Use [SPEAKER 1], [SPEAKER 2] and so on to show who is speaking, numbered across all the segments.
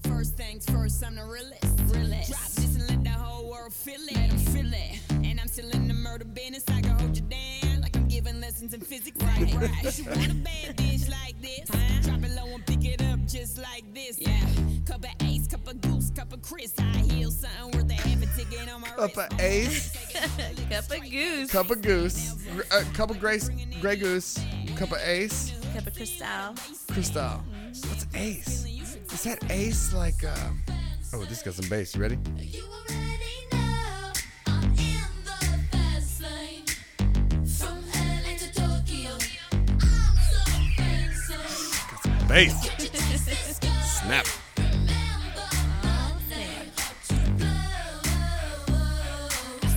[SPEAKER 1] things first, I'm the realest. realest. Drop this and let the whole world feel it. Let 'em feel it. And I'm still in the murder business. I can hold you down like I'm giving lessons in physics. Right, right. If you want a bad bitch like this, drop it low and pick it up just like this. Yeah. Cup of ace, cup of goose, cup of Chris. I heal something worth a half a ticket on my
[SPEAKER 2] Cup
[SPEAKER 1] wrist.
[SPEAKER 2] of Ace,
[SPEAKER 3] Cup of goose.
[SPEAKER 2] cup of goose, gr- uh, cup of grace, gray goose, cup of ace,
[SPEAKER 3] Cup of crystal.
[SPEAKER 2] Cristal. What's ace? Is that ace like? Uh, oh, this got some bass. You ready?
[SPEAKER 4] You already know I'm in the fast lane. From LA to Tokyo, I'm so fancy.
[SPEAKER 2] Got some bass. Snap.
[SPEAKER 4] Remember my name.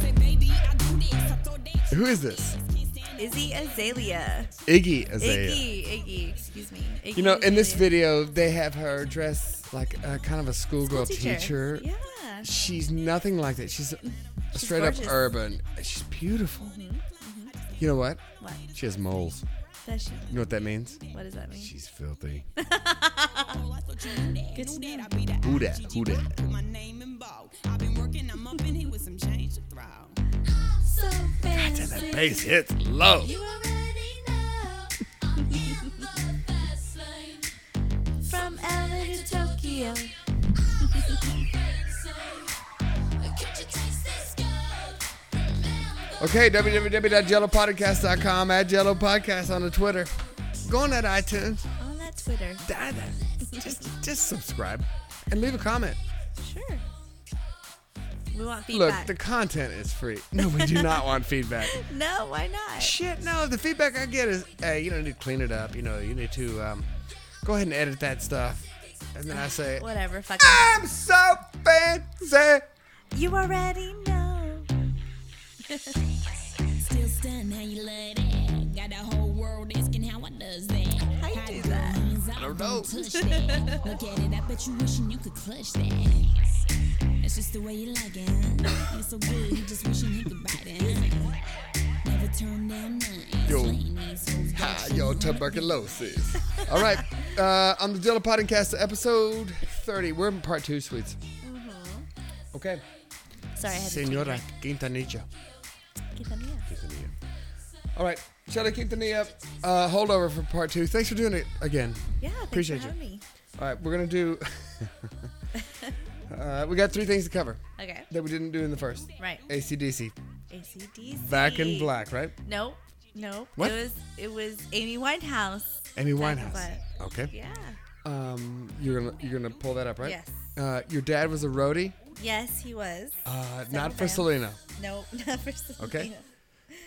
[SPEAKER 1] Say, baby, I do this, I throw that.
[SPEAKER 2] Who is this?
[SPEAKER 1] Can't stand it.
[SPEAKER 3] Izzy Azalea.
[SPEAKER 2] Iggy Azalea.
[SPEAKER 3] Iggy. Iggy. Excuse me. Iggy
[SPEAKER 2] You know, in this
[SPEAKER 3] Azalea.
[SPEAKER 2] video, they have her dressed like a, kind of a schoolgirl teacher.
[SPEAKER 3] Yeah.
[SPEAKER 2] She's nothing like that. She's, a straight
[SPEAKER 3] gorgeous. Mm-hmm.
[SPEAKER 2] up urban. She's beautiful. You know what?
[SPEAKER 3] What?
[SPEAKER 2] She has moles.
[SPEAKER 3] Does she?
[SPEAKER 2] You know what that means?
[SPEAKER 3] What does that mean?
[SPEAKER 2] She's filthy.
[SPEAKER 1] I thought you knew that.
[SPEAKER 3] Good to
[SPEAKER 1] Knew
[SPEAKER 3] know.
[SPEAKER 1] that I'd be the
[SPEAKER 2] Who that?
[SPEAKER 1] IG
[SPEAKER 2] Who that?
[SPEAKER 1] Put my name in bold. I've been working, I'm up in here with some change to throw.
[SPEAKER 4] I'm so fancy.
[SPEAKER 2] Bass hits low.
[SPEAKER 4] You already know I'm in the fast lane. From LA to Tokyo, I'm so fancy. Could you taste this gold? Remember
[SPEAKER 2] Okay, www.jellopodcast.com at Jello Podcast on the Twitter. Go on that iTunes.
[SPEAKER 3] On that Twitter.
[SPEAKER 2] Die there. Just, just subscribe and leave a comment.
[SPEAKER 3] Sure. We want
[SPEAKER 2] Look,
[SPEAKER 3] feedback.
[SPEAKER 2] the content is free. No, we do not want feedback.
[SPEAKER 3] no, why not?
[SPEAKER 2] Shit, no. The feedback I get is, hey, you don't need to clean it up. You know, you need to um, go ahead and edit that stuff. And then I say,
[SPEAKER 3] Whatever. Fuck it.
[SPEAKER 2] I'm so fancy.
[SPEAKER 3] You already know.
[SPEAKER 1] Still stunned how you love that. Got the whole world asking how I does that.
[SPEAKER 3] How you do that?
[SPEAKER 1] I
[SPEAKER 2] don't know.
[SPEAKER 1] Touch that. Look at it, I bet you wishing you could clutch that. That's just the way you like it, huh? It's so good, you just wishing he could bite it, huh? Never turn down nothing.
[SPEAKER 2] Yo.
[SPEAKER 1] Slaying these hoes, got
[SPEAKER 2] Hi,
[SPEAKER 1] you.
[SPEAKER 2] Ah, yo, tuberculosis. All right, uh, on the Jello Podcast, episode 30. We're in part two, sweets. Okay.
[SPEAKER 3] Mm-hmm. Sorry, I had
[SPEAKER 2] Senora Quintanilla.
[SPEAKER 3] to get them yeah.
[SPEAKER 2] All right, Shelly Quintanilla, uh, holdover for part two. Thanks for doing it again.
[SPEAKER 3] Yeah, thanks
[SPEAKER 2] Appreciate
[SPEAKER 3] for
[SPEAKER 2] you.
[SPEAKER 3] having me.
[SPEAKER 2] All right, we're gonna do. uh, we got three things to cover
[SPEAKER 3] Okay.
[SPEAKER 2] that we didn't do in the first.
[SPEAKER 3] Right.
[SPEAKER 2] ACDC,
[SPEAKER 3] ACDC.
[SPEAKER 2] Back in Black, right?
[SPEAKER 3] Nope. Nope.
[SPEAKER 2] What?
[SPEAKER 3] It was it was Amy Winehouse.
[SPEAKER 2] Amy
[SPEAKER 3] Back in
[SPEAKER 2] Winehouse.
[SPEAKER 3] Black.
[SPEAKER 2] Okay.
[SPEAKER 3] Yeah.
[SPEAKER 2] Um, you're gonna you're gonna pull that up, right?
[SPEAKER 3] Yes.
[SPEAKER 2] Uh, your dad was a roadie,
[SPEAKER 3] Yes, he was.
[SPEAKER 2] uh,
[SPEAKER 3] Son
[SPEAKER 2] not
[SPEAKER 3] of
[SPEAKER 2] for
[SPEAKER 3] a-
[SPEAKER 2] Selena,
[SPEAKER 3] Nope, not for Selena.
[SPEAKER 2] Okay.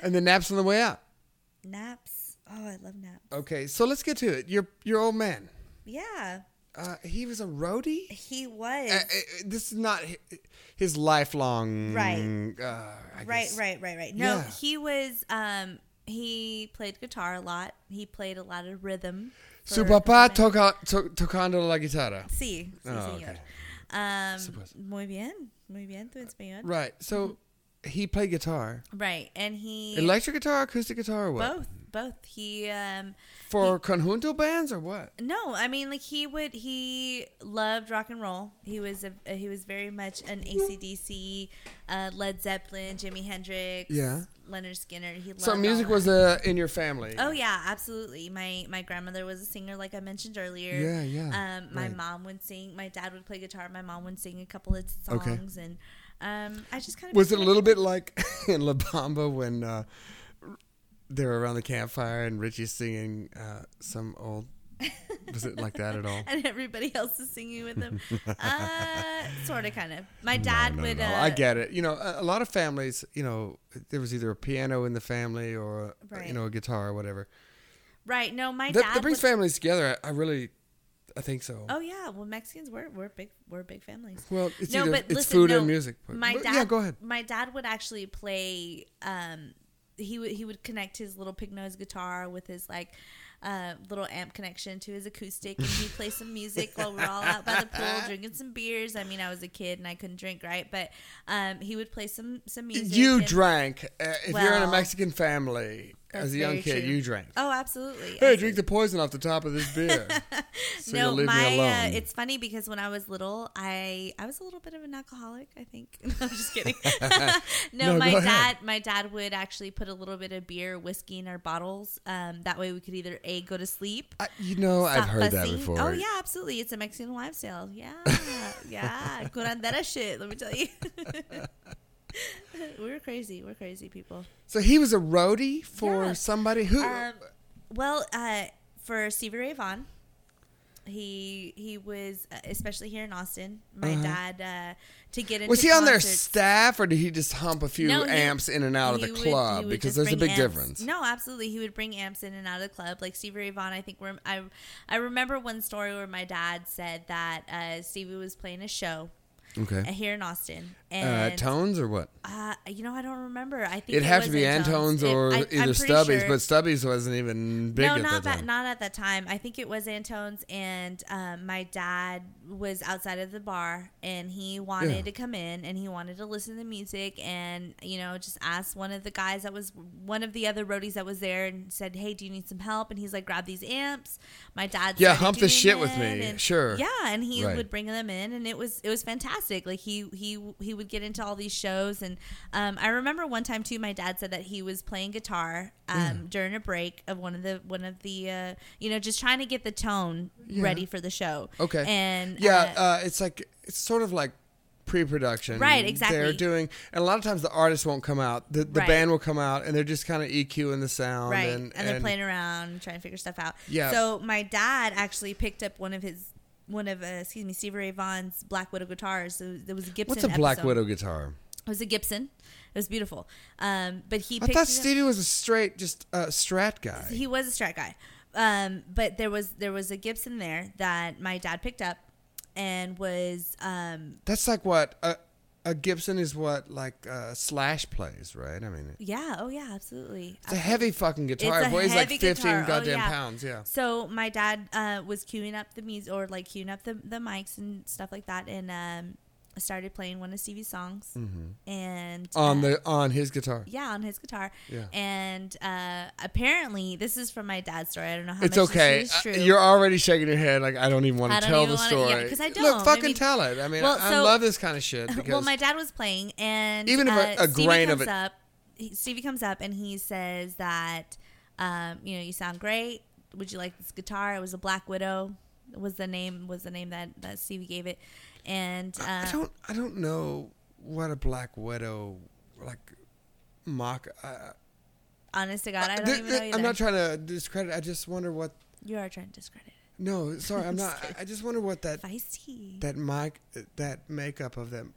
[SPEAKER 2] and the naps on the way out.
[SPEAKER 3] Naps. Oh, I love naps.
[SPEAKER 2] Okay, so let's get to it. Your your old man,
[SPEAKER 3] Yeah,
[SPEAKER 2] uh, he was a roadie.
[SPEAKER 3] he was.
[SPEAKER 2] Uh, uh, this is not hi- his lifelong.
[SPEAKER 3] Right.
[SPEAKER 2] Uh, I
[SPEAKER 3] right,
[SPEAKER 2] guess.
[SPEAKER 3] right, right, right. No,
[SPEAKER 2] Yeah.
[SPEAKER 3] he was. Um, he played guitar a lot. He played a lot of rhythm. for
[SPEAKER 2] Su
[SPEAKER 3] a couple
[SPEAKER 2] papá
[SPEAKER 3] minutes.
[SPEAKER 2] toca, to, tocando la guitarra.
[SPEAKER 3] Sí, sí,
[SPEAKER 2] Oh,
[SPEAKER 3] señor.
[SPEAKER 2] okay.
[SPEAKER 3] Um,
[SPEAKER 2] pues.
[SPEAKER 3] muy bien, muy bien, tu español. Right.
[SPEAKER 2] Right. So he played guitar,
[SPEAKER 3] and Mm-hmm. he
[SPEAKER 2] electric guitar, acoustic guitar, or what?
[SPEAKER 3] both, both. He um,
[SPEAKER 2] For conjunto bands or what?
[SPEAKER 3] no, I mean like he would. He loved rock and roll. He was a he was very much an ACDC, uh, Led Zeppelin, Jimi Hendrix,
[SPEAKER 2] Yeah.
[SPEAKER 3] Leonard Skinner. He loved
[SPEAKER 2] So
[SPEAKER 3] all
[SPEAKER 2] music
[SPEAKER 3] that.
[SPEAKER 2] was uh, in your family.
[SPEAKER 3] Oh yeah, absolutely. My my grandmother was a singer, like I mentioned earlier.
[SPEAKER 2] Yeah, yeah,
[SPEAKER 3] Um, my
[SPEAKER 2] right.
[SPEAKER 3] mom would sing. My dad would play guitar. My mom would sing a couple of
[SPEAKER 2] Okay.
[SPEAKER 3] songs, and um, I just kind of
[SPEAKER 2] Was it a little bit like in La Bamba when uh, they were around the campfire and Richie's singing uh, some old? Was it like that at all?
[SPEAKER 3] and everybody else is singing with them. uh, sort of, kind of. My dad
[SPEAKER 2] No,
[SPEAKER 3] would.
[SPEAKER 2] no,
[SPEAKER 3] uh,
[SPEAKER 2] I get it. You know, a, a lot of families, you know, there was either a piano in the family or uh,
[SPEAKER 3] Right.
[SPEAKER 2] you know a guitar or whatever.
[SPEAKER 3] Right. No, my
[SPEAKER 2] That,
[SPEAKER 3] dad.
[SPEAKER 2] that brings
[SPEAKER 3] would-
[SPEAKER 2] families together. I, I really, I think so.
[SPEAKER 3] Oh yeah, well Mexicans we're we're big we're big families.
[SPEAKER 2] Well, it's either- it's food and music, but-
[SPEAKER 3] my
[SPEAKER 2] but
[SPEAKER 3] dad,
[SPEAKER 2] yeah, go ahead.
[SPEAKER 3] My dad would actually play. Um, he would he would connect his little pig nose guitar with his like. Uh, little amp connection to his acoustic, and he play some music while we're all out by the pool drinking some beers. I mean, I was a kid and I couldn't drink, right? But um, he would play some some music.
[SPEAKER 2] you
[SPEAKER 3] and-
[SPEAKER 2] drank. Uh, if you're in a
[SPEAKER 3] Well-
[SPEAKER 2] Mexican family,
[SPEAKER 3] That's
[SPEAKER 2] As a young
[SPEAKER 3] very
[SPEAKER 2] kid,
[SPEAKER 3] true.
[SPEAKER 2] you drank.
[SPEAKER 3] Oh, absolutely.
[SPEAKER 2] Hey, drink the poison off the top of this beer. so
[SPEAKER 3] no,
[SPEAKER 2] you'll leave
[SPEAKER 3] my
[SPEAKER 2] me alone.
[SPEAKER 3] Uh, it's funny because when I was little, I I was a little bit of an alcoholic. I think. No, I'm just kidding. no,
[SPEAKER 2] No,
[SPEAKER 3] my
[SPEAKER 2] go
[SPEAKER 3] dad
[SPEAKER 2] ahead.
[SPEAKER 3] my dad would actually put a little bit of beer, whiskey in our bottles. Um, that way we could either a go to sleep.
[SPEAKER 2] I, you know, I've
[SPEAKER 3] stop
[SPEAKER 2] heard that
[SPEAKER 3] fussing.
[SPEAKER 2] before.
[SPEAKER 3] Oh yeah, absolutely. It's a Mexican wives' tale. Yeah, yeah. Curandera shit. Let me tell you. we were crazy. We're crazy people.
[SPEAKER 2] So he was a roadie for
[SPEAKER 3] Yeah.
[SPEAKER 2] somebody who.
[SPEAKER 3] Um, well, uh, for Stevie Ray Vaughan, he he was uh, especially here in Austin. My dad uh, to get into
[SPEAKER 2] Uh-huh. was he on their
[SPEAKER 3] concerts-
[SPEAKER 2] staff, or did he just hump a few
[SPEAKER 3] No, he-
[SPEAKER 2] amps in and out of
[SPEAKER 3] he
[SPEAKER 2] the
[SPEAKER 3] would- he
[SPEAKER 2] club?
[SPEAKER 3] would
[SPEAKER 2] because
[SPEAKER 3] just
[SPEAKER 2] there's a
[SPEAKER 3] bring
[SPEAKER 2] big
[SPEAKER 3] amps.
[SPEAKER 2] difference.
[SPEAKER 3] No, absolutely, he would bring amps in and out of the club. Like Stevie Ray Vaughan, I think. Where I I remember one story where my dad said that uh, Stevie was playing a show uh,
[SPEAKER 2] Okay.
[SPEAKER 3] here in Austin,
[SPEAKER 2] Uh,
[SPEAKER 3] and
[SPEAKER 2] tones or what?
[SPEAKER 3] uh, you know I don't remember. I think
[SPEAKER 2] It'd
[SPEAKER 3] it
[SPEAKER 2] have to
[SPEAKER 3] was
[SPEAKER 2] be
[SPEAKER 3] at
[SPEAKER 2] Antones
[SPEAKER 3] Jones. It-
[SPEAKER 2] or
[SPEAKER 3] I- I'm
[SPEAKER 2] either
[SPEAKER 3] pretty
[SPEAKER 2] Stubbies,
[SPEAKER 3] sure-
[SPEAKER 2] but Stubbies wasn't even big
[SPEAKER 3] no,
[SPEAKER 2] at
[SPEAKER 3] not
[SPEAKER 2] that
[SPEAKER 3] that
[SPEAKER 2] time.
[SPEAKER 3] not at that time. I think it was Antone's, and um, my dad was outside of the bar, and he wanted
[SPEAKER 2] Yeah.
[SPEAKER 3] to come in, and he wanted to listen to music, and you know, just asked one of the guys that was one of the other roadies that was there, and said, "Hey, do you need some help?" And he's like, "Grab these amps." My dad,
[SPEAKER 2] Yeah,
[SPEAKER 3] started
[SPEAKER 2] hump the
[SPEAKER 3] doing
[SPEAKER 2] shit with
[SPEAKER 3] it,
[SPEAKER 2] me.
[SPEAKER 3] and-
[SPEAKER 2] Sure.
[SPEAKER 3] yeah, and he
[SPEAKER 2] Right.
[SPEAKER 3] would bring them in, and it was it was fantastic. Like he he he would get into all these shows, and um, I remember one time too, my dad said that he was playing guitar um,
[SPEAKER 2] Mm.
[SPEAKER 3] during a break of one of the one of the uh, you know just trying to get the tone ready for the show.
[SPEAKER 2] Okay.
[SPEAKER 3] and
[SPEAKER 2] yeah,
[SPEAKER 3] uh,
[SPEAKER 2] uh, it's like it's sort of like pre-production,
[SPEAKER 3] Right, exactly.
[SPEAKER 2] They're doing, and a lot of times the artist won't come out. The, the
[SPEAKER 3] Right.
[SPEAKER 2] band will come out, and they're just kind of EQing the sound,
[SPEAKER 3] right,
[SPEAKER 2] And,
[SPEAKER 3] they're playing around trying to figure stuff out.
[SPEAKER 2] Yeah.
[SPEAKER 3] So my dad actually picked up one of his one of uh, excuse me Stevie Ray Vaughan's Black Widow guitars. So there was a Gibson.
[SPEAKER 2] What's a Black
[SPEAKER 3] episode.
[SPEAKER 2] Widow guitar?
[SPEAKER 3] It was a Gibson. It was beautiful. Um, but he.
[SPEAKER 2] I
[SPEAKER 3] picked
[SPEAKER 2] thought
[SPEAKER 3] it up-
[SPEAKER 2] Stevie was a straight, just uh, Strat guy.
[SPEAKER 3] he was a strat guy. Um, but there was there was a Gibson there that my dad picked up and was um
[SPEAKER 2] That's like what a, a Gibson is. What like uh, Slash plays, right? I mean,
[SPEAKER 3] yeah, oh yeah, absolutely.
[SPEAKER 2] it's a heavy fucking guitar.
[SPEAKER 3] It's
[SPEAKER 2] it
[SPEAKER 3] a
[SPEAKER 2] weighs like
[SPEAKER 3] heavy
[SPEAKER 2] fifteen
[SPEAKER 3] guitar. Oh,
[SPEAKER 2] goddamn
[SPEAKER 3] yeah.
[SPEAKER 2] pounds. Yeah.
[SPEAKER 3] So my dad uh, was queuing up the music or like queuing up the, the mics and stuff like that and um started playing one of Stevie's songs and
[SPEAKER 2] Mm-hmm. On
[SPEAKER 3] uh,
[SPEAKER 2] the on his guitar.
[SPEAKER 3] yeah, on his guitar.
[SPEAKER 2] Yeah.
[SPEAKER 3] And uh, apparently, this is from my dad's story. I don't know how
[SPEAKER 2] It's
[SPEAKER 3] much
[SPEAKER 2] okay.
[SPEAKER 3] This is true.
[SPEAKER 2] Uh, You're already shaking your head like I don't even want to
[SPEAKER 3] I don't
[SPEAKER 2] tell
[SPEAKER 3] even
[SPEAKER 2] the
[SPEAKER 3] wanna- yeah,
[SPEAKER 2] story.
[SPEAKER 3] 'cause I don't.
[SPEAKER 2] Look,
[SPEAKER 3] I
[SPEAKER 2] fucking
[SPEAKER 3] mean-
[SPEAKER 2] tell it. I mean,
[SPEAKER 3] Well,
[SPEAKER 2] I, I
[SPEAKER 3] so-
[SPEAKER 2] love this kind of shit because
[SPEAKER 3] well, my dad was playing, and
[SPEAKER 2] Even if a-
[SPEAKER 3] uh,
[SPEAKER 2] a
[SPEAKER 3] Stevie
[SPEAKER 2] grain of
[SPEAKER 3] comes
[SPEAKER 2] it-
[SPEAKER 3] up, he, Stevie comes up and he says that, um, you know, you sound great. Would you like this guitar? It was a Black Widow. Was the name was the name that, that Stevie gave it, and uh,
[SPEAKER 2] I don't. I don't know what a black widow like mock. Uh,
[SPEAKER 3] honest to God, I don't
[SPEAKER 2] th-
[SPEAKER 3] even
[SPEAKER 2] th-
[SPEAKER 3] know. Either.
[SPEAKER 2] I'm not trying to discredit. I just wonder what.
[SPEAKER 3] you are trying to discredit it.
[SPEAKER 2] No, sorry, I'm not.
[SPEAKER 3] Just
[SPEAKER 2] I- I just wonder what that
[SPEAKER 3] Feisty.
[SPEAKER 2] that mic that makeup of them.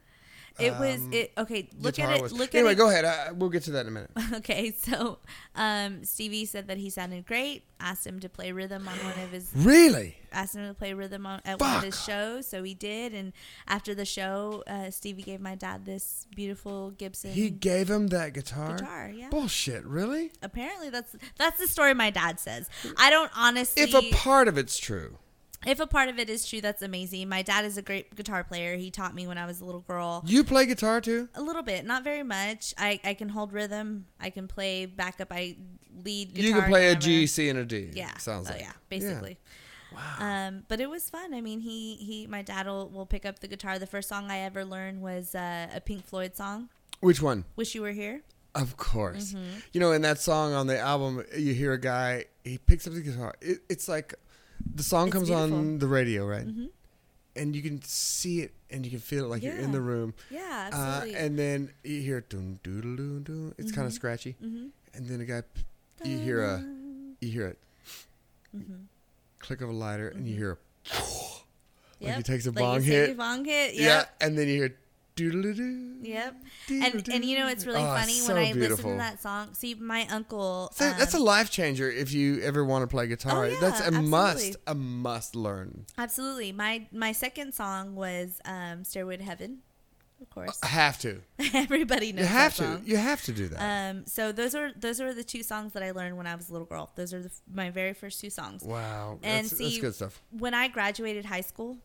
[SPEAKER 3] it was it. Okay, look at it.
[SPEAKER 2] um, Was.
[SPEAKER 3] Look
[SPEAKER 2] anyway,
[SPEAKER 3] at it.
[SPEAKER 2] go ahead. I, we'll get to that in a minute.
[SPEAKER 3] Okay, so um, Stevie said that he sounded great. Asked him to play rhythm on one of his
[SPEAKER 2] Really?
[SPEAKER 3] asked him to play rhythm on, at one of his
[SPEAKER 2] Fuck.
[SPEAKER 3] shows, so he did. And after the show, uh, Stevie gave my dad this beautiful Gibson
[SPEAKER 2] He gave him that guitar.
[SPEAKER 3] guitar. Yeah,
[SPEAKER 2] Bullshit. Really?
[SPEAKER 3] apparently that's that's the story my dad says. I don't honestly.
[SPEAKER 2] If a part of it's true.
[SPEAKER 3] if a part of it is true, that's amazing. My dad is a great guitar player. He taught me when I was a little girl.
[SPEAKER 2] You play guitar too?
[SPEAKER 3] A little bit, not very much. I, I can hold rhythm. I can play backup. I lead guitar.
[SPEAKER 2] you can play a
[SPEAKER 3] whenever.
[SPEAKER 2] G, C, and a D.
[SPEAKER 3] Yeah.
[SPEAKER 2] sounds
[SPEAKER 3] oh,
[SPEAKER 2] like.
[SPEAKER 3] yeah, basically. Wow. Um, but it was fun. I mean, he he, my dad will, will pick up the guitar. The first song I ever learned was uh, a Pink Floyd song,
[SPEAKER 2] Which one?
[SPEAKER 3] "Wish You Were Here."
[SPEAKER 2] Of course.
[SPEAKER 3] Mm-hmm.
[SPEAKER 2] You know, in that song on the album, you hear a guy. He picks up the guitar. It, it's like the song
[SPEAKER 3] It's
[SPEAKER 2] comes on
[SPEAKER 3] beautiful. Mm-hmm.
[SPEAKER 2] the radio, right? And you can see it, and you can feel it, like you're in
[SPEAKER 3] Yeah.
[SPEAKER 2] the room.
[SPEAKER 3] Yeah,
[SPEAKER 2] Uh,
[SPEAKER 3] absolutely. Mm-hmm.
[SPEAKER 2] and then you hear dun doodle doon doon. It's kind of scratchy. And then a guy, p- you hear a, you hear it,
[SPEAKER 3] Mm-hmm.
[SPEAKER 2] click of a lighter, and you hear a, like he takes a bong
[SPEAKER 3] you say
[SPEAKER 2] hit.
[SPEAKER 3] Bong hit.
[SPEAKER 2] yeah,
[SPEAKER 3] Yep.
[SPEAKER 2] and then you hear doodle doo.
[SPEAKER 3] Yep. And and you know it's really
[SPEAKER 2] Oh,
[SPEAKER 3] funny
[SPEAKER 2] so
[SPEAKER 3] when I listen
[SPEAKER 2] beautiful.
[SPEAKER 3] to that song. See, my uncle.
[SPEAKER 2] So that's a
[SPEAKER 3] um,
[SPEAKER 2] life changer if you ever want to play guitar.
[SPEAKER 3] Oh, yeah,
[SPEAKER 2] that's a must,
[SPEAKER 3] absolutely.
[SPEAKER 2] a must learn.
[SPEAKER 3] absolutely. My my second song was um, "Stairway to Heaven." Of course,
[SPEAKER 2] I have to.
[SPEAKER 3] everybody knows
[SPEAKER 2] Oh. You have
[SPEAKER 3] that
[SPEAKER 2] to.
[SPEAKER 3] song.
[SPEAKER 2] You have to do that.
[SPEAKER 3] Um, so those are those are the two songs that I learned when I was a little girl. Those are the, my very first two songs.
[SPEAKER 2] wow,
[SPEAKER 3] and
[SPEAKER 2] that's, that's
[SPEAKER 3] see-
[SPEAKER 2] good stuff.
[SPEAKER 3] When I graduated high school,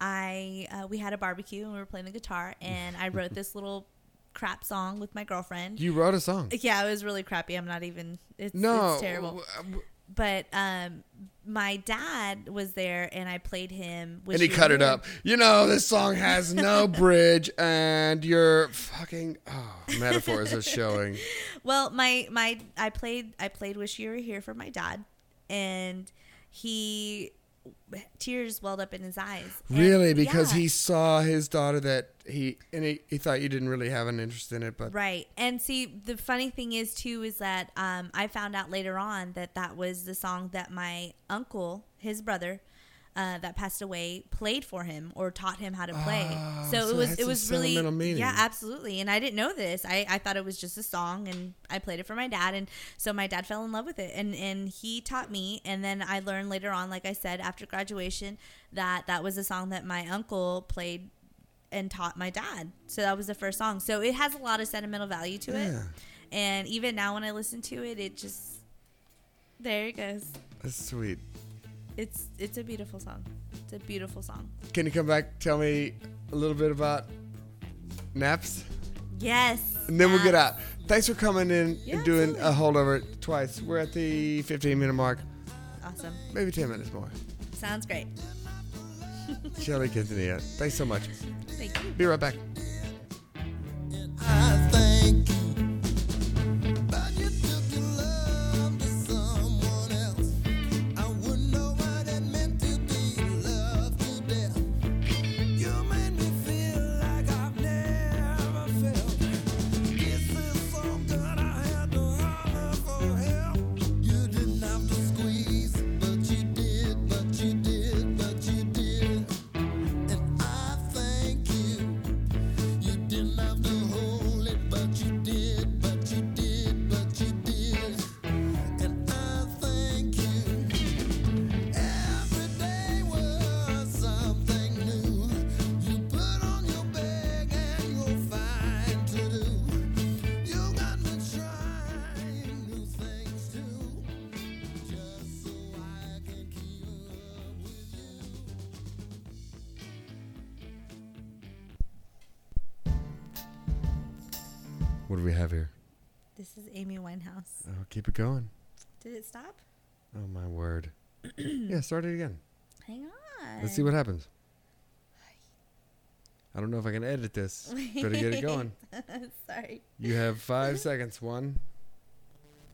[SPEAKER 3] I uh, we had a barbecue and we were playing the guitar, and I wrote this little crap song with my girlfriend.
[SPEAKER 2] You wrote a song.
[SPEAKER 3] Yeah, it was really crappy. I'm not even. It's,
[SPEAKER 2] No.
[SPEAKER 3] it's terrible.
[SPEAKER 2] w- w-
[SPEAKER 3] But um, my dad was there, and I played him. Wish
[SPEAKER 2] And he
[SPEAKER 3] You
[SPEAKER 2] cut
[SPEAKER 3] Were
[SPEAKER 2] it
[SPEAKER 3] Here.
[SPEAKER 2] up. You know, this song has no bridge, and you're fucking. Oh, metaphors are showing.
[SPEAKER 3] Well, my my I played I played Wish You Were Here for my dad, and he tears welled up in his eyes. And-
[SPEAKER 2] Really? Because
[SPEAKER 3] yeah.
[SPEAKER 2] he saw his daughter that he. And he, he thought you didn't really have an interest in it, but.
[SPEAKER 3] Right. And see, the funny thing is, too, is that um, I found out later on that that was the song that my uncle, his brother, uh, that passed away played for him or taught him how to play.
[SPEAKER 2] Oh,
[SPEAKER 3] so,
[SPEAKER 2] so
[SPEAKER 3] it was
[SPEAKER 2] that's
[SPEAKER 3] it
[SPEAKER 2] a
[SPEAKER 3] was really
[SPEAKER 2] sentimental meaning.
[SPEAKER 3] yeah, absolutely. And I didn't know this. I, I thought it was just a song, and I played it for my dad, and so my dad fell in love with it, and and he taught me, and then I learned later on, like I said, after graduation, that that was a song that my uncle played and taught my dad. So that was the first song. So it has a lot of sentimental value to it.
[SPEAKER 2] Yeah.
[SPEAKER 3] And even now when I listen to it, it just there it goes.
[SPEAKER 2] That's sweet.
[SPEAKER 3] It's it's a beautiful song. It's a beautiful song.
[SPEAKER 2] Can you come back? Tell me a little bit about naps,
[SPEAKER 3] Yes.
[SPEAKER 2] and then we'll get
[SPEAKER 3] Matt.
[SPEAKER 2] out. Thanks for coming in
[SPEAKER 3] Yeah,
[SPEAKER 2] and doing a holdover twice. We're at the 15 minute mark,
[SPEAKER 3] Awesome.
[SPEAKER 2] maybe 10 minutes more.
[SPEAKER 3] Sounds great.
[SPEAKER 2] Shelly Quintanilla, thanks so much.
[SPEAKER 3] Thank you.
[SPEAKER 2] Be right back.
[SPEAKER 5] I think about you took your love to someone else. I wouldn't know what it meant to be loved to death. You made me feel like I've never felt. This is so good, I had to holler for help. You didn't have to squeeze, but you did, but you did, but you did. And I thank you. You didn't have to hold it, but you did, but you did, but you did. And I thank you. Every day was something new. You put on your bag and you're fine to do. You got me trying new things too. Just so I can keep up with you.
[SPEAKER 2] What do we have here?
[SPEAKER 3] This is Amy Winehouse.
[SPEAKER 2] Oh, keep it going.
[SPEAKER 3] Did it stop?
[SPEAKER 2] Oh my word. yeah, start it again.
[SPEAKER 3] Hang on.
[SPEAKER 2] Let's see what happens. I don't know if I can edit this. Better get it going.
[SPEAKER 3] Sorry.
[SPEAKER 2] You have five seconds. One,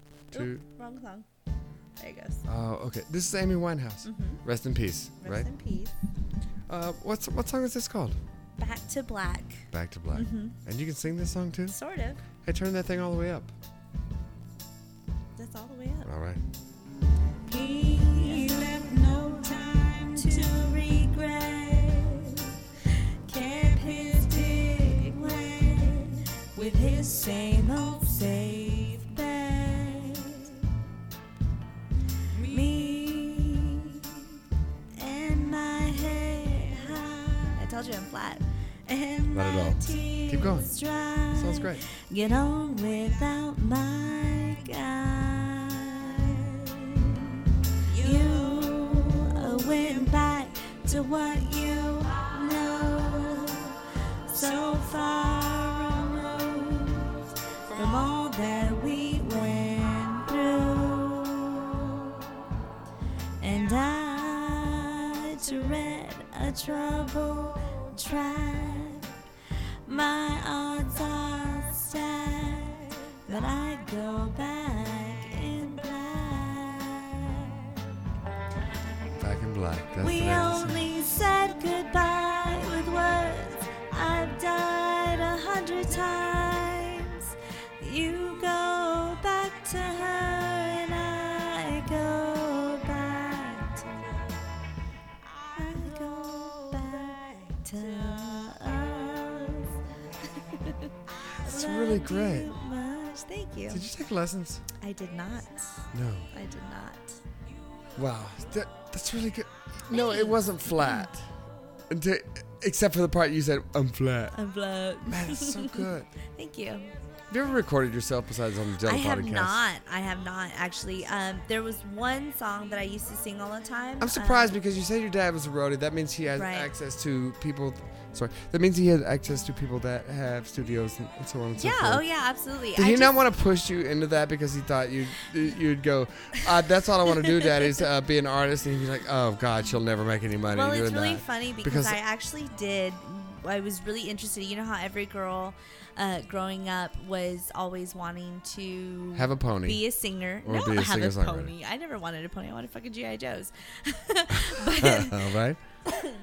[SPEAKER 3] Oop,
[SPEAKER 2] two.
[SPEAKER 3] wrong song. There it goes.
[SPEAKER 2] Oh, okay. This is Amy Winehouse. Rest in peace.
[SPEAKER 3] Rest
[SPEAKER 2] right?
[SPEAKER 3] in peace.
[SPEAKER 2] Uh, what's what song is this called?
[SPEAKER 3] Back to black.
[SPEAKER 2] Back to Black. And you can sing this song too.
[SPEAKER 3] Sort of.
[SPEAKER 2] Hey, turn that thing all the way up.
[SPEAKER 3] That's all the way up.
[SPEAKER 2] All right.
[SPEAKER 6] He left no time to regret. Kept his big way with his same old safe bet. Me and my head
[SPEAKER 3] I
[SPEAKER 6] high
[SPEAKER 3] told you I'm flat.
[SPEAKER 6] and
[SPEAKER 2] Not at
[SPEAKER 6] my
[SPEAKER 2] all. Keep going.
[SPEAKER 6] tears dry.
[SPEAKER 2] Sounds great.
[SPEAKER 6] Get on without my guide. You went back to what you know. So far removed from all that we went through. And I dread a trouble track. My odds are stacked that I go back in black.
[SPEAKER 2] Back in Black. That's the
[SPEAKER 6] We
[SPEAKER 2] name of the song.
[SPEAKER 6] only said goodbye with words. I've died a hundred times. You go back to her, and I go back to. I go back to us.
[SPEAKER 2] It's really
[SPEAKER 6] Love
[SPEAKER 2] great.
[SPEAKER 6] you much. Thank you.
[SPEAKER 2] Did you take lessons?
[SPEAKER 3] I did not.
[SPEAKER 2] No.
[SPEAKER 3] I did not.
[SPEAKER 2] Wow. That that's really good. No, it wasn't flat. Until, except for the part you said I'm flat.
[SPEAKER 3] I'm black.
[SPEAKER 2] Man, it's so good.
[SPEAKER 3] Thank you.
[SPEAKER 2] Have you ever recorded yourself besides on the Jelly
[SPEAKER 3] I have
[SPEAKER 2] Podcast?
[SPEAKER 3] not. I have not actually. Um, there was one song that I used to sing all the time.
[SPEAKER 2] I'm
[SPEAKER 3] um,
[SPEAKER 2] surprised because you said your dad was eroded. That means he has
[SPEAKER 3] Right.
[SPEAKER 2] access to people. Sorry, that means he has access to people that have studios and, and so on and so
[SPEAKER 3] yeah.
[SPEAKER 2] forth.
[SPEAKER 3] Oh yeah. Absolutely.
[SPEAKER 2] Did
[SPEAKER 3] I
[SPEAKER 2] he
[SPEAKER 3] just-
[SPEAKER 2] not want to push you into that because he thought you'd you'd go? Uh, That's all I want to do, Dad, is uh, be an artist. And he'd be like, "Oh God, she'll never make any money
[SPEAKER 3] Well,
[SPEAKER 2] doing
[SPEAKER 3] it's really
[SPEAKER 2] that."
[SPEAKER 3] funny because,
[SPEAKER 2] Because-
[SPEAKER 3] I actually did. I was really interested. You know how every girl uh, growing up was always wanting to
[SPEAKER 2] Have a pony.
[SPEAKER 3] be a singer.
[SPEAKER 2] Or
[SPEAKER 3] no,
[SPEAKER 2] be a
[SPEAKER 3] have a
[SPEAKER 2] singer-songwriter.
[SPEAKER 3] pony. I never wanted a pony. I wanted fucking GI Joes. but
[SPEAKER 2] All right.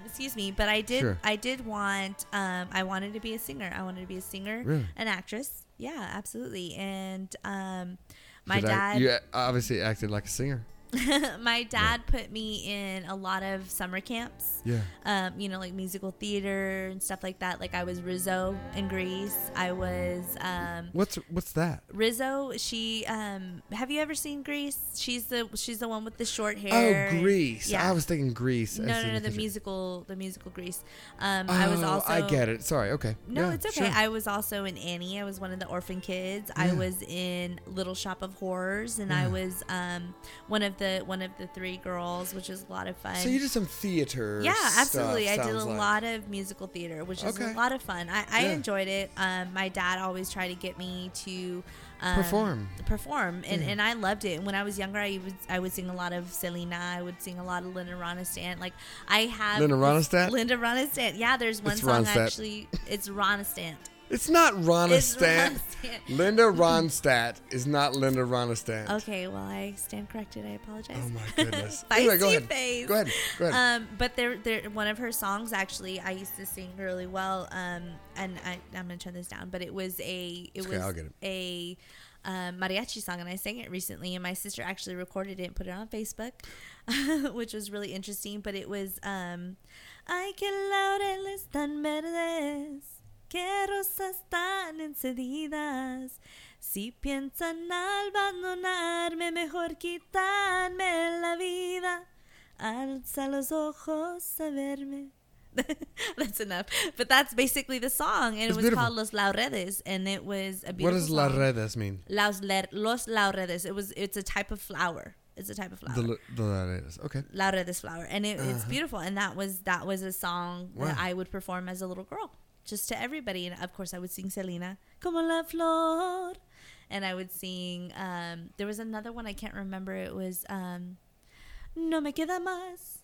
[SPEAKER 3] excuse me. But I did.
[SPEAKER 2] Sure.
[SPEAKER 3] I did want. Um, I wanted to be a singer. I wanted to be a singer,
[SPEAKER 2] Really?
[SPEAKER 3] an actress. Yeah, absolutely. And um, my
[SPEAKER 2] Did I-
[SPEAKER 3] dad.
[SPEAKER 2] you obviously acted like a singer.
[SPEAKER 3] my dad put me in a lot of summer camps.
[SPEAKER 2] Yeah.
[SPEAKER 3] Um, you know, like musical theater and stuff like that. Like I was Rizzo in Greece. I was um,
[SPEAKER 2] What's what's that?
[SPEAKER 3] Rizzo. She. Um, have you ever seen Greece? She's the she's the one with the short hair.
[SPEAKER 2] Oh, Greece.
[SPEAKER 3] Yeah.
[SPEAKER 2] I was thinking Greece.
[SPEAKER 3] no,
[SPEAKER 2] as
[SPEAKER 3] no,
[SPEAKER 2] in
[SPEAKER 3] no. The
[SPEAKER 2] picture.
[SPEAKER 3] musical, the musical Greece. Um,
[SPEAKER 2] Oh,
[SPEAKER 3] I was also.
[SPEAKER 2] I get it. Sorry. Okay.
[SPEAKER 3] No,
[SPEAKER 2] Yeah,
[SPEAKER 3] it's okay.
[SPEAKER 2] sure.
[SPEAKER 3] I was also in Annie. I was one of the orphan kids. I
[SPEAKER 2] Yeah.
[SPEAKER 3] was in Little Shop of Horrors, and I
[SPEAKER 2] Yeah.
[SPEAKER 3] was um, one of the one of the three girls, which was a lot of fun.
[SPEAKER 2] so you did some theater.
[SPEAKER 3] yeah,
[SPEAKER 2] stuff,
[SPEAKER 3] absolutely. I did a
[SPEAKER 2] sounds like.
[SPEAKER 3] lot of musical theater, which is a
[SPEAKER 2] Okay.
[SPEAKER 3] lot of fun. I, I
[SPEAKER 2] Yeah.
[SPEAKER 3] enjoyed it. Um, my dad always tried to get me to um,
[SPEAKER 2] Perform.
[SPEAKER 3] perform, and, and I loved it. And when I was younger, I would I would sing a lot of Selena. I would sing a lot of Linda Ronstadt. Like I have
[SPEAKER 2] Linda Ronstadt?
[SPEAKER 3] Linda Ronstadt. Yeah, there's one
[SPEAKER 2] It's
[SPEAKER 3] song
[SPEAKER 2] Ronstadt.
[SPEAKER 3] actually. It's Ronstadt.
[SPEAKER 2] It's not Ronstadt.
[SPEAKER 3] Ronstadt.
[SPEAKER 2] Linda Ronstadt is not Linda Ronstadt.
[SPEAKER 3] Okay, well, I stand corrected. I apologize.
[SPEAKER 2] Oh my goodness.
[SPEAKER 3] Feisty
[SPEAKER 2] go ahead.
[SPEAKER 3] face.
[SPEAKER 2] Go ahead. Go ahead.
[SPEAKER 3] Um, but there, there, one of her songs actually, I used to sing really well. Um, and I, I'm gonna turn this down, but it was a, it
[SPEAKER 2] It's okay,
[SPEAKER 3] was
[SPEAKER 2] I'll get it.
[SPEAKER 3] a um, mariachi song, and I sang it recently. And my sister actually recorded it and put it on Facebook, which was really interesting. But it was, um, Ay que laureles tan verdes, que rosas tan encendidas. Si piensan abandonarme, mejor quitarme la vida. Alza los ojos a verme. that's enough. But that's basically the song, and it
[SPEAKER 2] It's
[SPEAKER 3] was
[SPEAKER 2] beautiful.
[SPEAKER 3] called Los Lauredes, and it was a beautiful.
[SPEAKER 2] what does La
[SPEAKER 3] song.
[SPEAKER 2] Redes mean?
[SPEAKER 3] Los, ler- los lauredes. It was. It's a type of flower. It's a type of flower.
[SPEAKER 2] The, l- the La Redes. Okay.
[SPEAKER 3] lauredes flower, and it, it's beautiful. And that was that was a song
[SPEAKER 2] Wow.
[SPEAKER 3] that I would perform as a little girl, just to everybody. And of course, I would sing Selena, como la flor, and I would sing. Um, there was another one I can't remember. It was um, No me queda más.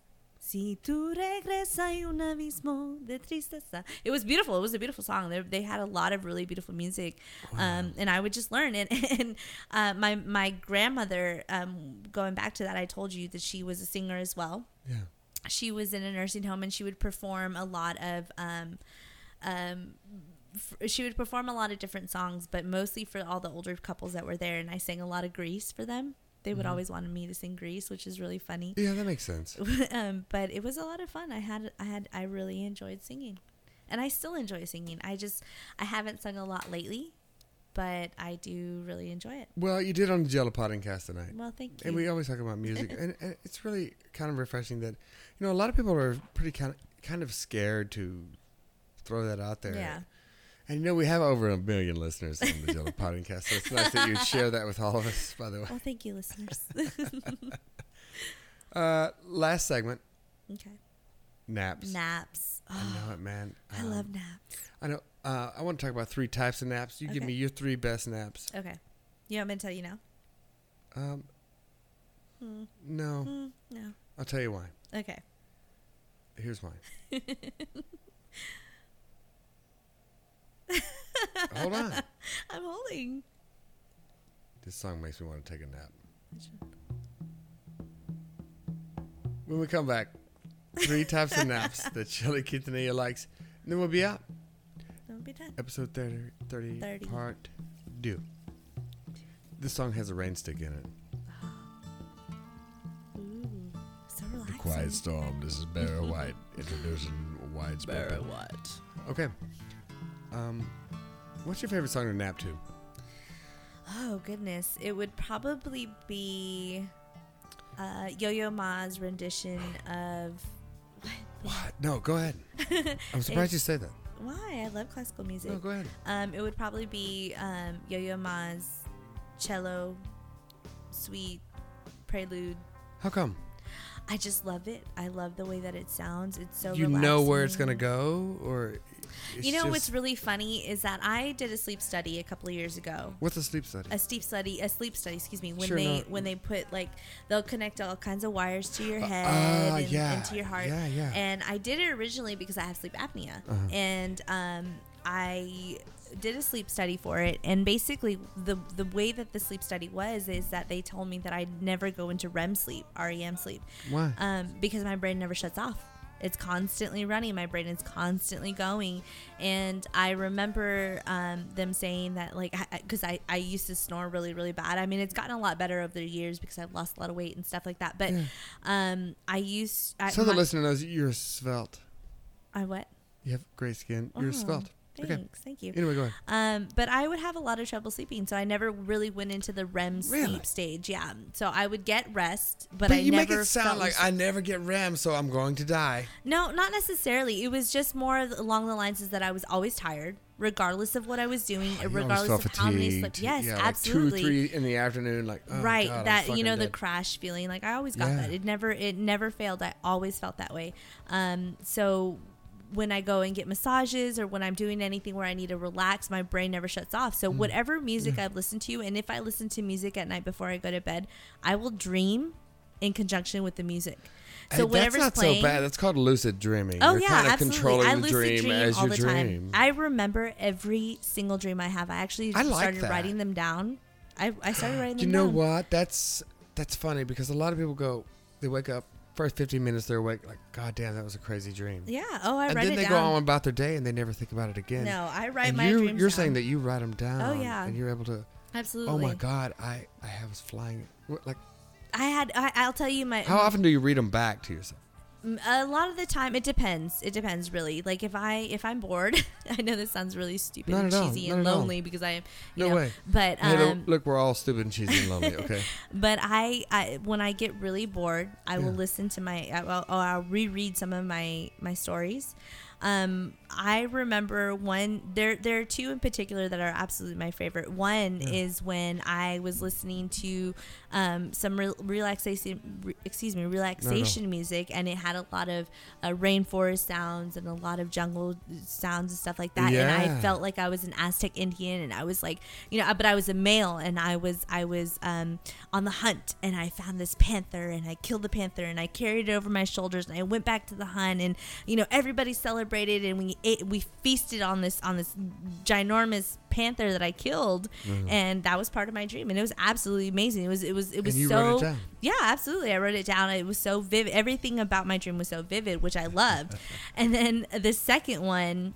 [SPEAKER 3] Si tú regresas hay un abismo de tristeza. It was beautiful. It was a beautiful song. They, they had a lot of really beautiful music, um, and I would just learn. And, and uh, my my grandmother, um, going back to that, I told you that she was a singer as well
[SPEAKER 2] Yeah.
[SPEAKER 3] she was in a nursing home and she would perform a lot of um um f- she would perform a lot of different songs but mostly for all the older couples that were there and i sang a lot of grease for them they would always wanted me to sing grease which is really funny
[SPEAKER 2] Yeah, that makes sense.
[SPEAKER 3] um, but it was a lot of fun i had i had i really enjoyed singing and i still enjoy singing i just i haven't sung a lot lately but i do really enjoy it
[SPEAKER 2] Well, you did on the Jello Podcast tonight.
[SPEAKER 3] well thank you
[SPEAKER 2] And we always talk about music, and, and it's really kind of refreshing that, you know, a lot of people are pretty kind of, kind of scared to throw that out there.
[SPEAKER 3] Yeah.
[SPEAKER 2] And you know, we have over a million listeners on the Jello Podcast, so it's nice that you share that with all of us. By the way,
[SPEAKER 3] well thank you listeners
[SPEAKER 2] uh, last segment,
[SPEAKER 3] okay
[SPEAKER 2] naps.
[SPEAKER 3] naps
[SPEAKER 2] I
[SPEAKER 3] Oh,
[SPEAKER 2] know it, man.
[SPEAKER 3] i
[SPEAKER 2] Um,
[SPEAKER 3] love naps
[SPEAKER 2] I know. Uh, I want to talk about three types of naps. You give
[SPEAKER 3] Okay.
[SPEAKER 2] me your three best naps.
[SPEAKER 3] Okay. You want me to tell you now?
[SPEAKER 2] Um, No,
[SPEAKER 3] Mm, no.
[SPEAKER 2] I'll tell you why.
[SPEAKER 3] Okay.
[SPEAKER 2] Here's mine. Hold on.
[SPEAKER 3] I'm holding.
[SPEAKER 2] This song makes me want to take a nap. When we come back, three types of naps that Shelly Quintanilla likes, and then we'll be out.
[SPEAKER 3] Don't be done.
[SPEAKER 2] Episode 30, 30,
[SPEAKER 3] Thirty.
[SPEAKER 2] part two. This song has a rain stick in it.
[SPEAKER 3] Ooh. So relaxing.
[SPEAKER 2] Storm. This is Barry White introducing White's Barry White. Okay. Um, what's your favorite song to nap to?
[SPEAKER 3] Oh, goodness. It would probably be uh, Yo Yo Ma's rendition of.
[SPEAKER 2] What? No, go ahead. I'm surprised you said that.
[SPEAKER 3] Why? I love classical music.
[SPEAKER 2] No, Oh, go ahead.
[SPEAKER 3] Um, it would probably be um, Yo Yo Ma's cello suite prelude.
[SPEAKER 2] How come?
[SPEAKER 3] I just love it. I love the way that it sounds. It's so
[SPEAKER 2] you know where it's
[SPEAKER 3] relaxing.
[SPEAKER 2] gonna go, or it's
[SPEAKER 3] You know what's
[SPEAKER 2] just-
[SPEAKER 3] really funny is that I did a sleep study a couple of years ago.
[SPEAKER 2] what's a sleep study?
[SPEAKER 3] A sleep study, a sleep study, excuse me. When
[SPEAKER 2] Sure,
[SPEAKER 3] they
[SPEAKER 2] no.
[SPEAKER 3] when they put like they'll connect all kinds of wires to your head
[SPEAKER 2] ah,
[SPEAKER 3] and,
[SPEAKER 2] yeah,
[SPEAKER 3] and to your heart.
[SPEAKER 2] yeah, Uh-huh. yeah.
[SPEAKER 3] And I did it originally because I have sleep apnea, and um, I did a sleep study for it. And basically, the the way that the sleep study was is that they told me that I'd never go into REM sleep, REM sleep,
[SPEAKER 2] Why?
[SPEAKER 3] um, because my brain never shuts off. It's constantly running. My brain is constantly going. And I remember um, them saying that, like, because I, I, used to snore really, really bad. I mean, it's gotten a lot better over the years because I've lost a lot of weight and stuff like that. But um, I used. I,
[SPEAKER 2] so the
[SPEAKER 3] my-
[SPEAKER 2] listener knows you're svelte.
[SPEAKER 3] I what?
[SPEAKER 2] You have gray skin. You're
[SPEAKER 3] Oh,
[SPEAKER 2] svelte.
[SPEAKER 3] Thanks.
[SPEAKER 2] Okay.
[SPEAKER 3] Thank you.
[SPEAKER 2] Anyway, go ahead.
[SPEAKER 3] Um, but I would have a lot of trouble sleeping, so I never really went into the REM
[SPEAKER 2] Really?
[SPEAKER 3] sleep stage. Yeah, so I would get rest, but,
[SPEAKER 2] But,
[SPEAKER 3] I
[SPEAKER 2] you
[SPEAKER 3] never
[SPEAKER 2] make it
[SPEAKER 3] felt
[SPEAKER 2] sound like
[SPEAKER 3] lucid.
[SPEAKER 2] I never get REM, so I'm going to die.
[SPEAKER 3] No, not necessarily. It was just more of- along the lines is that I was always tired, regardless of what I was doing,
[SPEAKER 2] Oh,
[SPEAKER 3] regardless of how many sleep. Yes,
[SPEAKER 2] yeah,
[SPEAKER 3] absolutely.
[SPEAKER 2] Like two, three in the afternoon, like oh,
[SPEAKER 3] right,
[SPEAKER 2] God, I'm
[SPEAKER 3] that you
[SPEAKER 2] fucking
[SPEAKER 3] know the
[SPEAKER 2] dead.
[SPEAKER 3] crash feeling. Like I always got
[SPEAKER 2] Yeah.
[SPEAKER 3] that. It never, it never failed. I always felt that way. Um, so when I go and get massages or when I'm doing anything where I need to relax, my brain never shuts off.
[SPEAKER 2] Mm.
[SPEAKER 3] So whatever music I've listened to, and if I listen to music at night before I go to bed, I will dream in conjunction with the music. So
[SPEAKER 2] Hey,
[SPEAKER 3] whatever's
[SPEAKER 2] that's not
[SPEAKER 3] playing,
[SPEAKER 2] so bad. That's called lucid dreaming.
[SPEAKER 3] Oh
[SPEAKER 2] You're
[SPEAKER 3] yeah,
[SPEAKER 2] kind of
[SPEAKER 3] absolutely.
[SPEAKER 2] controlling
[SPEAKER 3] I
[SPEAKER 2] the
[SPEAKER 3] lucid
[SPEAKER 2] dream
[SPEAKER 3] dream
[SPEAKER 2] as
[SPEAKER 3] all
[SPEAKER 2] you
[SPEAKER 3] the
[SPEAKER 2] dream.
[SPEAKER 3] time. I remember every single dream I have. I actually
[SPEAKER 2] I like
[SPEAKER 3] started
[SPEAKER 2] that.
[SPEAKER 3] writing them down. I, I started writing
[SPEAKER 2] you
[SPEAKER 3] them
[SPEAKER 2] know
[SPEAKER 3] down.
[SPEAKER 2] what? That's that's funny because a lot of people go, they wake up first 15 minutes they're awake, like God damn, that was a crazy dream.
[SPEAKER 3] Yeah. Oh, I
[SPEAKER 2] and
[SPEAKER 3] write
[SPEAKER 2] then
[SPEAKER 3] it
[SPEAKER 2] they
[SPEAKER 3] down.
[SPEAKER 2] go on about their day and they never think about it again.
[SPEAKER 3] No, I write
[SPEAKER 2] and
[SPEAKER 3] my
[SPEAKER 2] you,
[SPEAKER 3] dreams
[SPEAKER 2] You're
[SPEAKER 3] down. Oh,
[SPEAKER 2] saying that you write them down.
[SPEAKER 3] yeah.
[SPEAKER 2] and you're able to.
[SPEAKER 3] Absolutely.
[SPEAKER 2] Oh my God, I I have was flying. What, like,
[SPEAKER 3] I had. I, I'll tell you my.
[SPEAKER 2] how often do you read them back to yourself?
[SPEAKER 3] Mm, a lot of the time it depends it depends really like if i if i'm bored i know this sounds really stupid
[SPEAKER 2] Not
[SPEAKER 3] and
[SPEAKER 2] at all.
[SPEAKER 3] cheesy
[SPEAKER 2] Not
[SPEAKER 3] and
[SPEAKER 2] at all.
[SPEAKER 3] lonely because i am you
[SPEAKER 2] No
[SPEAKER 3] know,
[SPEAKER 2] way.
[SPEAKER 3] but um
[SPEAKER 2] Hey, look- look, we're all stupid and cheesy and lonely. Okay.
[SPEAKER 3] but I, I when I get really bored, I
[SPEAKER 2] Yeah.
[SPEAKER 3] will listen to my I- I'll, or I'll reread some of my my stories. Um, I remember one there there are two in particular that are absolutely my favorite. One is when I was listening to um, some re- relaxation re- excuse me relaxation music and it had a lot of uh, rainforest sounds and a lot of jungle sounds and stuff like that and
[SPEAKER 2] Yeah.
[SPEAKER 3] I felt like I was an Aztec Indian and I was like, you know, but I was a male and I was I was um, on the hunt and I found this panther and I killed the panther and I carried it over my shoulders and I went back to the hunt and you know everybody celebrated and we ate, we feasted on this on this ginormous panther that I killed
[SPEAKER 2] Mm-hmm.
[SPEAKER 3] and that was part of my dream and it was absolutely amazing. It was it was it was
[SPEAKER 2] you
[SPEAKER 3] so
[SPEAKER 2] wrote it down.
[SPEAKER 3] yeah, absolutely. I wrote it down. It was so vivid. Everything about my dream was so vivid, which I loved. and then the second one,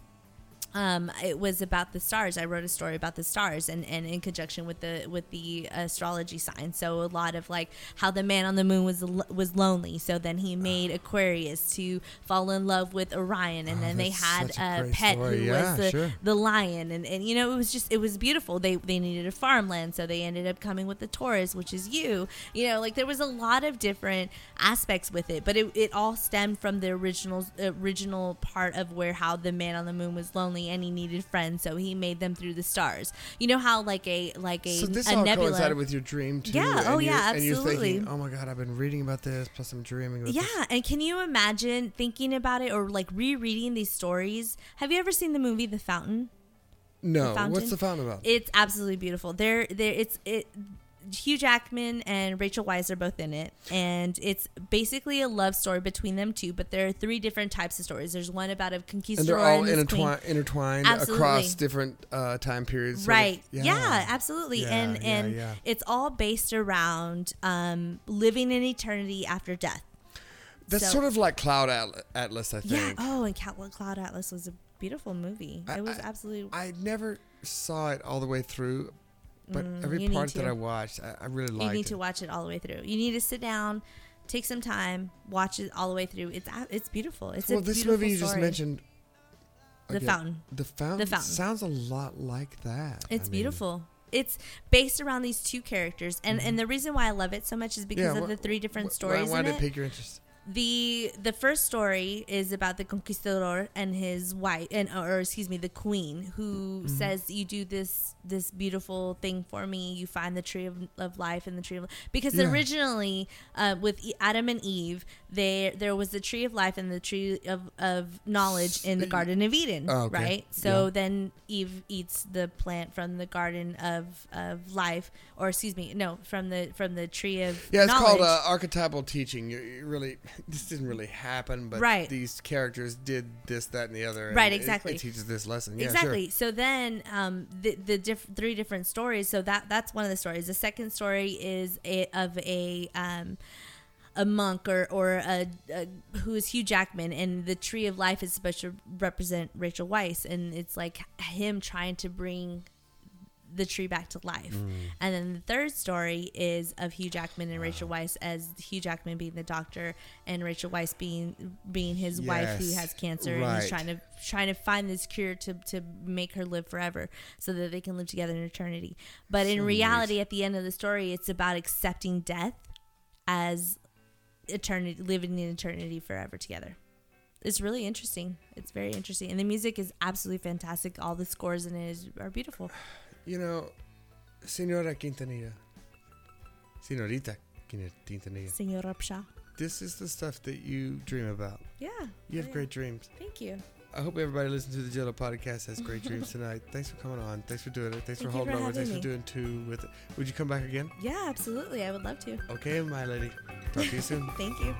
[SPEAKER 3] um, it was about the stars. I wrote a story about the stars, and, and in conjunction with the with the astrology sign. So a lot of like how the man on the moon was lo- was lonely. So then he made Aquarius to fall in love with Orion, and
[SPEAKER 2] Oh,
[SPEAKER 3] then they
[SPEAKER 2] that's
[SPEAKER 3] had
[SPEAKER 2] such a
[SPEAKER 3] a,
[SPEAKER 2] great
[SPEAKER 3] pet
[SPEAKER 2] story.
[SPEAKER 3] who
[SPEAKER 2] Yeah,
[SPEAKER 3] was the
[SPEAKER 2] sure.
[SPEAKER 3] the lion and, and you know it was just it was beautiful they they needed a farmland so they ended up coming with the taurus which is you you know like there was a lot of different aspects with it but it, it all stemmed from the original original part of where how the man on the moon was lonely and he needed friends so he made them through the stars you know how like a like a,
[SPEAKER 2] So this
[SPEAKER 3] a
[SPEAKER 2] all
[SPEAKER 3] nebula
[SPEAKER 2] coincided with your dream too.
[SPEAKER 3] Yeah,
[SPEAKER 2] and
[SPEAKER 3] oh,
[SPEAKER 2] you're-
[SPEAKER 3] yeah,
[SPEAKER 2] And you're thinking,
[SPEAKER 3] absolutely.
[SPEAKER 2] oh my God, I've been reading about this. Plus, I'm dreaming about
[SPEAKER 3] yeah,
[SPEAKER 2] this.
[SPEAKER 3] and can you imagine thinking about it or like rereading these stories? Have you ever seen the movie The Fountain?
[SPEAKER 2] No, what's
[SPEAKER 3] fountain.
[SPEAKER 2] the fountain about?
[SPEAKER 3] It's absolutely beautiful. There, there. It's it. Hugh Jackman and Rachel Weisz are both in it, and it's basically a love story between them two. But there are three different types of stories. There's one about a conquistador
[SPEAKER 2] and they're all
[SPEAKER 3] this queen.
[SPEAKER 2] intertwined, intertwined across
[SPEAKER 3] Absolutely.
[SPEAKER 2] different uh, time periods. sort of-
[SPEAKER 3] Right. yeah. absolutely.
[SPEAKER 2] Yeah,
[SPEAKER 3] and
[SPEAKER 2] yeah,
[SPEAKER 3] and
[SPEAKER 2] yeah.
[SPEAKER 3] it's all based around um, living in eternity after death.
[SPEAKER 2] That's
[SPEAKER 3] so-
[SPEAKER 2] sort of like Cloud Atl- Atlas, I
[SPEAKER 3] Yeah.
[SPEAKER 2] think.
[SPEAKER 3] Oh, and Cat- Cloud Atlas was a beautiful movie.
[SPEAKER 2] I-
[SPEAKER 3] it was
[SPEAKER 2] I-
[SPEAKER 3] absolutely.
[SPEAKER 2] I never saw it all the way through, but
[SPEAKER 3] Mm, you
[SPEAKER 2] every
[SPEAKER 3] need
[SPEAKER 2] part that
[SPEAKER 3] to.
[SPEAKER 2] I watched, I, I really liked
[SPEAKER 3] you need
[SPEAKER 2] it.
[SPEAKER 3] to watch it all the way through. You need to sit down, take some time, watch it all the way through. It's a- it's beautiful. It's
[SPEAKER 2] well,
[SPEAKER 3] a
[SPEAKER 2] this
[SPEAKER 3] beautiful
[SPEAKER 2] movie you just
[SPEAKER 3] story.
[SPEAKER 2] mentioned.
[SPEAKER 3] The Fountain.
[SPEAKER 2] The fountain.
[SPEAKER 3] Fountain.
[SPEAKER 2] sounds a lot like that. I
[SPEAKER 3] It's
[SPEAKER 2] mean,
[SPEAKER 3] beautiful. It's based around these two characters, and and the reason why I love it so much is because
[SPEAKER 2] Mm-hmm. yeah,
[SPEAKER 3] of
[SPEAKER 2] wh-
[SPEAKER 3] the three different
[SPEAKER 2] wh-
[SPEAKER 3] stories
[SPEAKER 2] Why, why
[SPEAKER 3] in
[SPEAKER 2] did
[SPEAKER 3] it.
[SPEAKER 2] pique your interest?
[SPEAKER 3] the the first story is about the conquistador and his wife and or excuse me the queen who
[SPEAKER 2] Mm-hmm.
[SPEAKER 3] says you do this this beautiful thing for me you find the tree of, of life and the tree of because
[SPEAKER 2] Yeah.
[SPEAKER 3] originally uh, with E- Adam and Eve there there was the tree of life and the tree of, of knowledge in the Garden of Eden
[SPEAKER 2] Oh, okay.
[SPEAKER 3] right so
[SPEAKER 2] Yeah.
[SPEAKER 3] then Eve eats the plant from the Garden of of life or excuse me no from the from the tree of
[SPEAKER 2] Yeah, it's
[SPEAKER 3] knowledge.
[SPEAKER 2] called uh, archetypal teaching. You, you really, this didn't really happen, but
[SPEAKER 3] Right.
[SPEAKER 2] these characters did this, that, and the other. and
[SPEAKER 3] Right,
[SPEAKER 2] it-
[SPEAKER 3] exactly.
[SPEAKER 2] It, teaches this lesson. Yeah,
[SPEAKER 3] exactly.
[SPEAKER 2] Sure.
[SPEAKER 3] So then, um, the the diff- three different stories. So that that's one of the stories. The second story is a, of a um, a monk or or a, a who is Hugh Jackman, and the Tree of Life is supposed to represent Rachel Weisz, and it's like him trying to bring the tree back to life.
[SPEAKER 2] Mm.
[SPEAKER 3] And then the third story is of Hugh Jackman and Rachel Weisz as Hugh Jackman being the doctor and Rachel Weisz being being his wife who
[SPEAKER 2] Yes.
[SPEAKER 3] has cancer and he's
[SPEAKER 2] Right.
[SPEAKER 3] trying to trying to find this cure to to make her live forever so that they can live together in eternity. But in reality at the end of the story it's about accepting death as eternity living in eternity forever together it's really interesting. It's very interesting, and the music is absolutely fantastic. All the scores in it is, are beautiful.
[SPEAKER 2] You know, Senora Quintanilla, Senorita Quin- Quintanilla,
[SPEAKER 3] Senor Rapsha.
[SPEAKER 2] this is the stuff that you dream about.
[SPEAKER 3] Oh, Yeah.
[SPEAKER 2] You have great dreams.
[SPEAKER 3] Thank you.
[SPEAKER 2] I hope everybody listening to the Jello podcast has great dreams tonight. Thanks for coming on. Thanks for doing it. Thanks
[SPEAKER 3] Thank
[SPEAKER 2] for
[SPEAKER 3] you
[SPEAKER 2] holding
[SPEAKER 3] for
[SPEAKER 2] over.
[SPEAKER 3] having
[SPEAKER 2] Thanks
[SPEAKER 3] me.
[SPEAKER 2] for doing two with it. Would you come back again?
[SPEAKER 3] Yeah, absolutely. I would love to.
[SPEAKER 2] Okay, my lady. Talk to you soon.
[SPEAKER 3] Thank you.